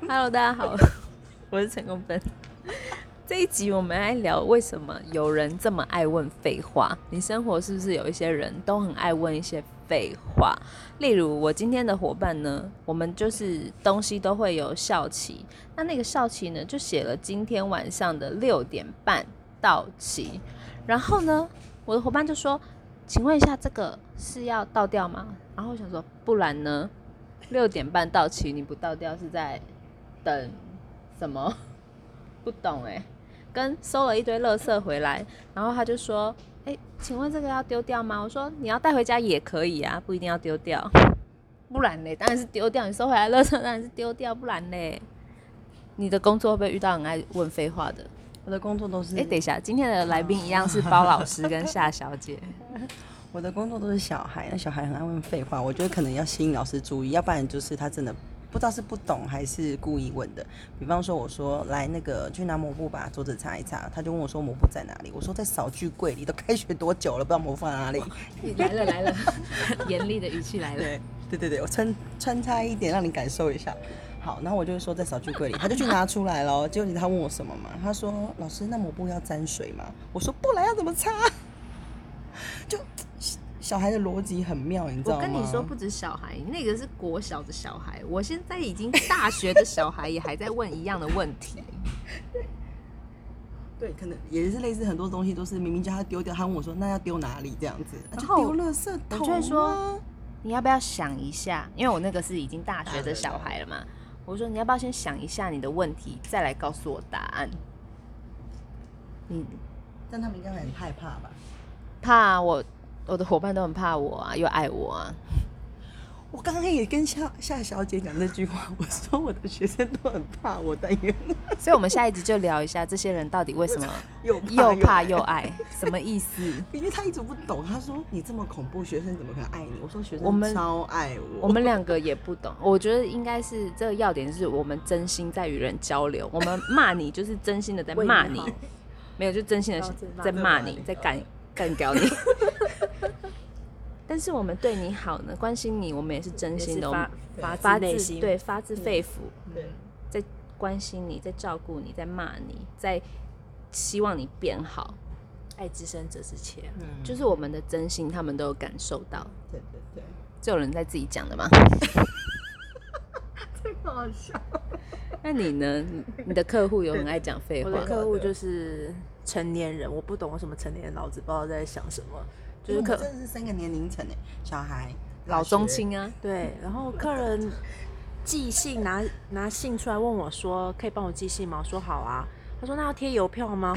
Hello，大家好， 我是陈功芬。这一集我们来聊为什么有人这么爱问废话。你生活是不是有一些人都很爱问一些废话？例如我今天的伙伴呢，我们就是东西都会有效期，那那个效期呢就写了今天晚上的六点半到期。然后呢，我的伙伴就说：“请问一下，这个是要倒掉吗？”然后我想说，不然呢？六点半到期，你不倒掉是在等什么？ 不懂哎、跟收了一堆垃圾回来，然后他就说：“哎、请问这个要丢掉吗？”我说：“你要带回家也可以啊，不一定要丢掉。 不然嘞，当然是丢掉。你收回来的垃圾当然是丢掉，不然嘞，你的工作会不会遇到很爱问废话的？我的工作都是，哎、等一下，今天的来宾一样是包老师跟夏小 姐。我的工作都是小孩，那小孩很爱问废话，我觉得可能要吸引老师注意，要不然就是他真的不知道是不懂还是故意问的。比方说，我说来那个去拿抹布把桌子擦一擦，他就问我说抹布在哪里，我说在扫具柜里，都开学多久了，不知道抹布放哪里。来了来了， 严厉的语气来了。对对对对，我穿穿插一点让你感受一下。好，然后我就说在扫具柜里，他就去拿出来 了。结果你知道他问我什么嘛？他说老师，那抹布要沾水吗？我说不然要怎么擦？ 就小孩的逻辑很妙，你知道我吗？跟你说，不止小孩，那个是国小的小孩，我现在已经大学的小孩也还在问一样的问题。对，可能也是类似很多东西都是明明叫他丢掉，他问我说那要丢哪里这样子，啊然就后丢垃圾我桶、啊。就会说，你要不要想一下？因为我那个是已经大学的小孩了嘛，我说你要不要先想一下你的问题，再来告诉我答案。你但他们应该很害怕吧？怕我，我的伙伴都很怕我啊，又爱我啊。我刚刚也跟夏夏小姐讲这句话，我 说我的学生都很怕我，但也所以，我们下一集就聊一下这些人到底为什么 又怕又怕又又爱，什么意思？因为他一直不懂，他说你这么恐怖，学生怎么可能爱你？我说学我们生超爱 我，我们两个也不懂，我觉得应该是这个要点是我们真心在与人交流，我们骂你就是真心的在为骂你你好，没有就真心的哦真骂在骂真骂你你，在干干掉你。 但是我们对你好呢，关心你，我们也是真心的，我们发发发自内自心，对发自肺腑对在关心你，在照顾你，在骂你，在希望你变好，爱之深责之切。嗯就是我们的真心，他们都有感受到。对对对，这有人在自己讲的吗？好笑。那你呢？你你的客户有很爱讲废我话的吗？客户就是成年人，我不懂为什么成年人脑子不知道在想什么，嗯就是客真的是三个年龄层诶，欸小孩、老中，青啊，对，然后客人寄信拿拿信出来问我说，可以帮我寄信吗？我说好啊。他说那要贴邮票吗？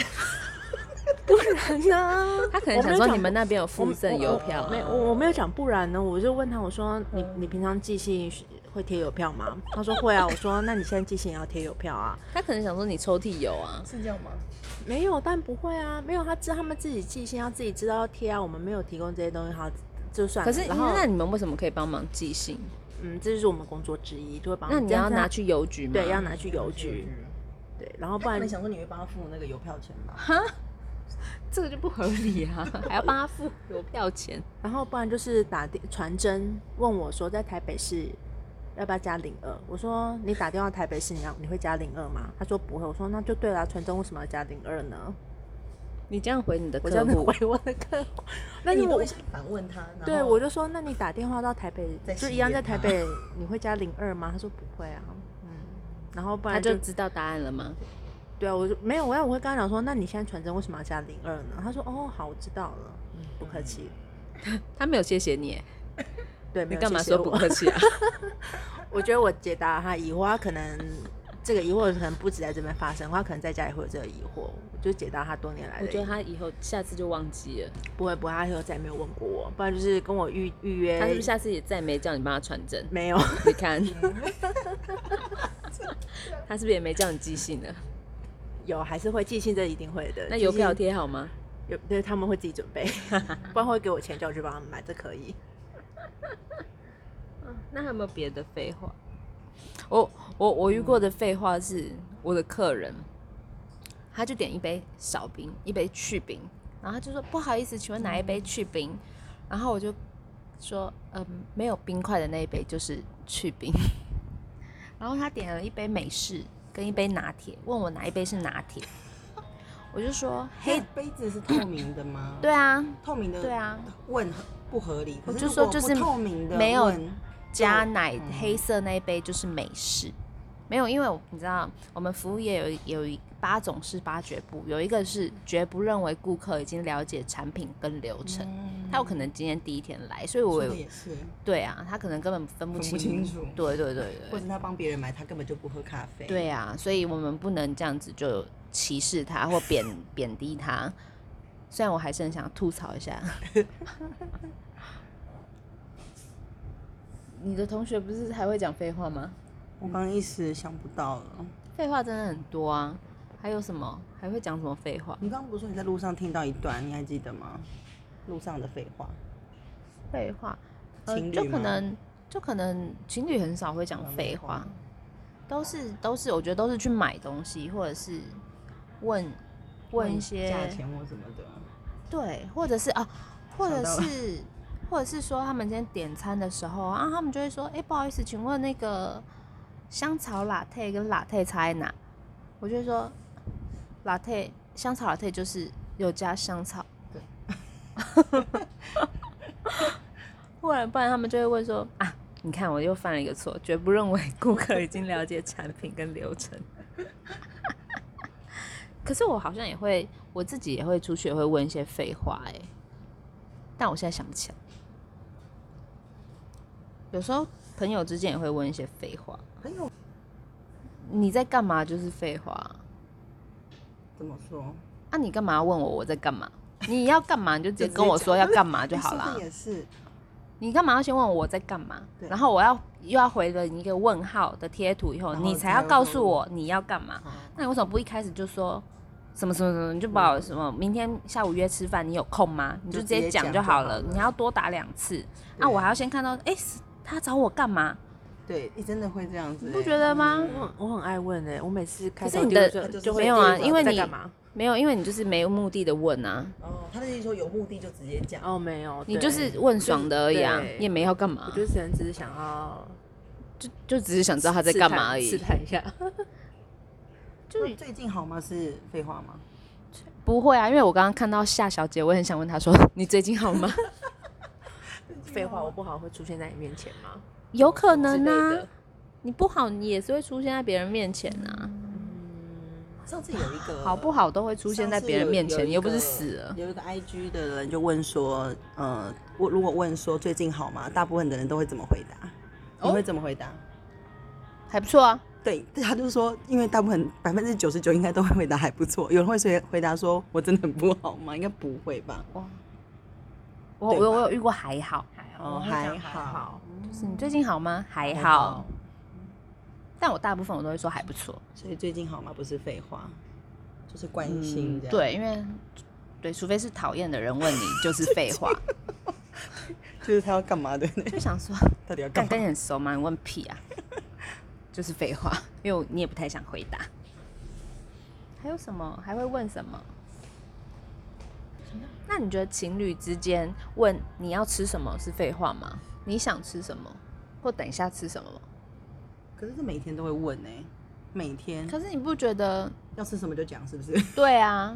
不然 呢？他可我能没想有说讲你们那边有附赠邮票没，啊。嗯我我没有讲不然呢，我就问他，我说你你平常寄信会贴邮票吗？他说会啊。我说那你现在寄信也要贴邮票啊？他可能想说你抽屉有啊，是这样吗？没有，但不会啊，没有，他知他们自己寄信，他自己知道要贴啊，我们没有提供这些东西，他就算了。可是然后那你们为什么可以帮忙寄信？嗯，这就是我们工作之一，就会帮那你要这样拿去邮局吗？嗯对，要拿去邮局，对，然后不不然然你想说你会帮他付那个邮票钱吧？这个就不合理啊，还要帮他付邮票钱。然后不然就是打电传真问我说在台北市要不要加零二？我说你打电话台北市，你要你会加零二吗？他说不会。我说那就对啦，传真为什么要加零二呢？你这样回你的我这客样子户，回我的客户，那你如都果会想反问他，然后对我就说那你打电话到台北再就洗一样脸在台吗北，你会加零二吗？他说不会啊，嗯，然后不他然就知道答案了吗？对啊，我就没有，我要我会跟他讲说，那你现在传真为什么要加零二呢？他说哦，好，我知道了，嗯，不客气。他没有谢谢你耶，对，没你有干嘛谢谢说不我客气啊？ 我觉得我解答了他疑惑，他可能这个疑惑可能不止在这边发生，他可能在家也会有这个疑惑。我就解答他多年来我的疑惑，觉得他以后下次就忘记了，不会不会，他以后再也没有问过我，不然就是跟我预预约，他是不是下次也再没叫你帮他传真？没有？ 你看，他是不是也没叫你寄信了？有还是会寄信，这一定会的。那寄邮票信贴好吗？有，对他们会自己准备， 不然会给我钱叫我去帮他们买，这可以。那还有没有别的废话？我我我遇过的废话是我的客人，他就点一杯少冰，一杯去冰，然后他就说不好意思，请问哪一杯去冰？然后我就说嗯，没有冰块的那一杯就是去冰。 然后他点了一杯美式跟一杯拿铁，问我哪一杯是拿铁，我就说黑黑，杯子是透明的吗？， 对啊，透明的对啊，问不合理。可我是就如说果就不是透明的没有问加就奶嗯黑色那一杯就是美式，没有，因为我你知道，我们服务业有一有一八种是八绝不，有一个是绝不认为顾客已经了解产品跟流程，嗯他有可能今天第一天来，所以说我的有也是，对啊，他可能根本分不分清不清楚对对对或对者他帮别人买，他根本就不喝咖啡。对啊，所以我们不能这样子就歧视他或 贬贬低他，虽然我还是很想吐槽一 下。你的同学不是还会讲废话吗？我刚刚一时想不到了。废话真的很多啊，还有什么还会讲什么废话？你刚刚不是说你在路上听到一段，你还记得吗？路上的废话，废话，呃情，侣就可吗能就可能情侣很少会讲废话，都是都是我觉得都是去买东西或者是问问一些价钱或什么的。对，或者是啊，或者想到了是或者是说他们今天点餐的时候啊，他们就会说，哎、不好意思，请问那个香草 latte 跟 latte 差在哪？我就会说，latte 香草 latte 就是有加香草，对， 不然不然他们就会问说啊。你看，我又犯了一个错，绝不认为顾客已经了解产品跟流程。可是我好像也会，我自己也会出去也会问一些废话哎、但我现在想不起来。有时候朋友之间也会问一些废话，朋友你在干嘛就是废话啊，怎么说？啊你干嘛要问我我在干嘛？你要干嘛你就直接就直接跟我说讲要干嘛就哎好说啦的。也是，你干嘛要先问我我在干嘛？对然后我要又要回了你一个问号的贴图以后，然后你你才才要会告问诉我我你要干嘛。好那你为什么不一开始就说什么什么什么？你就把我什么明天下午约吃饭，你有空吗？嗯你就直就直接接讲讲就就好好了。了你还要多打两次，啊，我还要先看到，哎、是他找我干嘛？对，你真的会这样子、你欸，不觉得吗？我很我很爱问哎、我每次开可是头你丢的就就是就会没有啊丢因为在你干嘛？没有，因为你就是没有目的的问啊，哦，他的意思说有目的就直接讲。哦，没有，你对就是问爽的而已啊对，你也没要干嘛我，就可能只是想要就就只是想知道他在干嘛而试已，探试探一下。就那最近好吗？是废话吗？不会啊。因为我刚刚看到夏小姐，我也很想问她说， 你最近好吗？废话，我不好会出现在你面前吗？有可之能类啊的，。你不好，你也是会出现在别人面前啊，嗯上次有一个好不好都会出现在别人面前，你又不是死了。有一个 IG 的人就问说，呃，我如果问说最近好吗，大部分的人都会怎么回答？哦你会怎么回答？还不错啊，对，他就说，因为大部分百分之九十九应该都会回答还不错，有人会回回答说我真的很不好吗？应该不会吧？我对吧我我有遇过还好，哦我会讲还好好，就是你最近好吗？还好，，但我大部分我都会说还不错，所以最近好吗？不是废话，就是关心这样。，对，因为对，除非是讨厌的人问你就是废话，就是他要干嘛对不 对？就想 说 到底要干干嘛？跟你很熟吗？你问屁啊，就是废话，因为我你也不太想回答。还有什么？还会问什么？那你觉得情侣之间问你要吃什么是废话吗？你想吃什么，或等一下吃什么吗？可是这每天都会问呢、每天可是你不觉得？要吃什么就讲，是不是？ 对啊，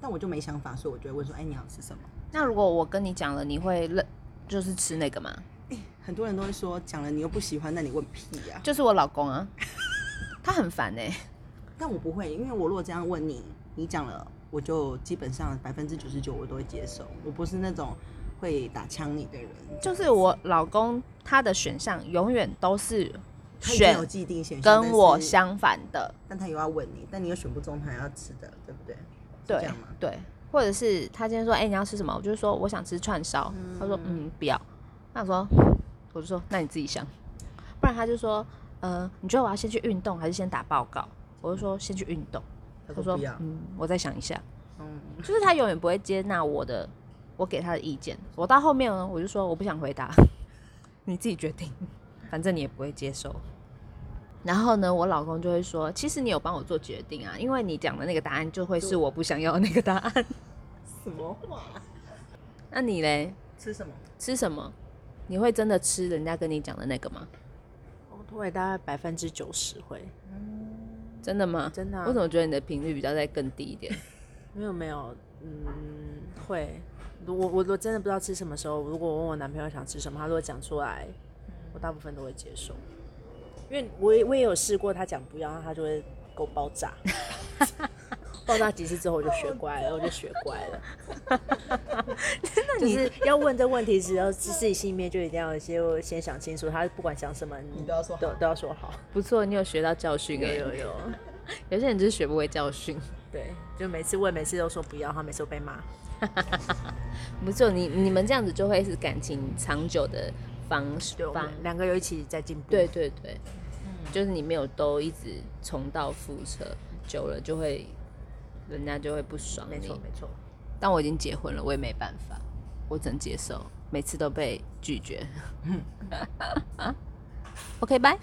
但我就没想法，所以我就会问说，哎，你要吃什么？那如果我跟你讲了，你会认就是吃那个吗？很多人都会说，讲了你又不喜欢，那你问屁呀、就是我老公啊， 他很烦哎、但我不会，因为我如果这样问你，你讲了，我就基本上百分之九十九我都会接受，我不是那种会打枪你的人。就是我老公他的选项永远都是他已经选有既定选项，跟我但是，相反的，但他又要问你，但你又选不中他要吃的，对不对？是这对样吗？对，或者是他今天说，哎、你要吃什么？我就说我想吃串烧，他说嗯不要，那我说我就说那你自己想，不然他就说，呃，你觉得我要先去运动还是先打报告？我就说先去运动，他他说说不要，嗯，我再想一下，嗯，就是他永远不会接纳我的，我给他的意见。我到后面呢，我就说我不想回答，你自己决定，反正你也不会接受。然后呢，我老公就会说，其实你有帮我做决定啊，因为你讲的那个答案就会是我不想要的那个答案。 什么话？那你嘞，吃什么？吃什么？你会真的吃人家跟你讲的那个吗？我我也大概百分之九十会，嗯真的吗？真的啊我怎么觉得你的频率比较在更低一点？没有没有，嗯，会。如果我我真的不知道吃什么时候，如果我问我男朋友想吃什么，他如果讲出来，我大部分都会接受，因为我也我也有试过，他讲不要，他就会给我爆炸。 爆炸几次之后我就学乖了，我就学乖了。 就是 要问这问题时候，自己心里面就一定要先先想清楚，他不管讲什么，你都要说好都都要说好。不错，你有学到教训有哎、有有，有些人就是学不会教训。对，就每次问，每次都说不要，他每次都被骂。不错，你你们这样子就会是感情长久的方式对，我方们嗯两个有一起在进步。对对对，就是你没有都一直重蹈覆辙，久了就会人家就会不爽没错你。没错。但我已经结婚了，我也没办法，我只能接受，每次都被拒绝。OK，拜。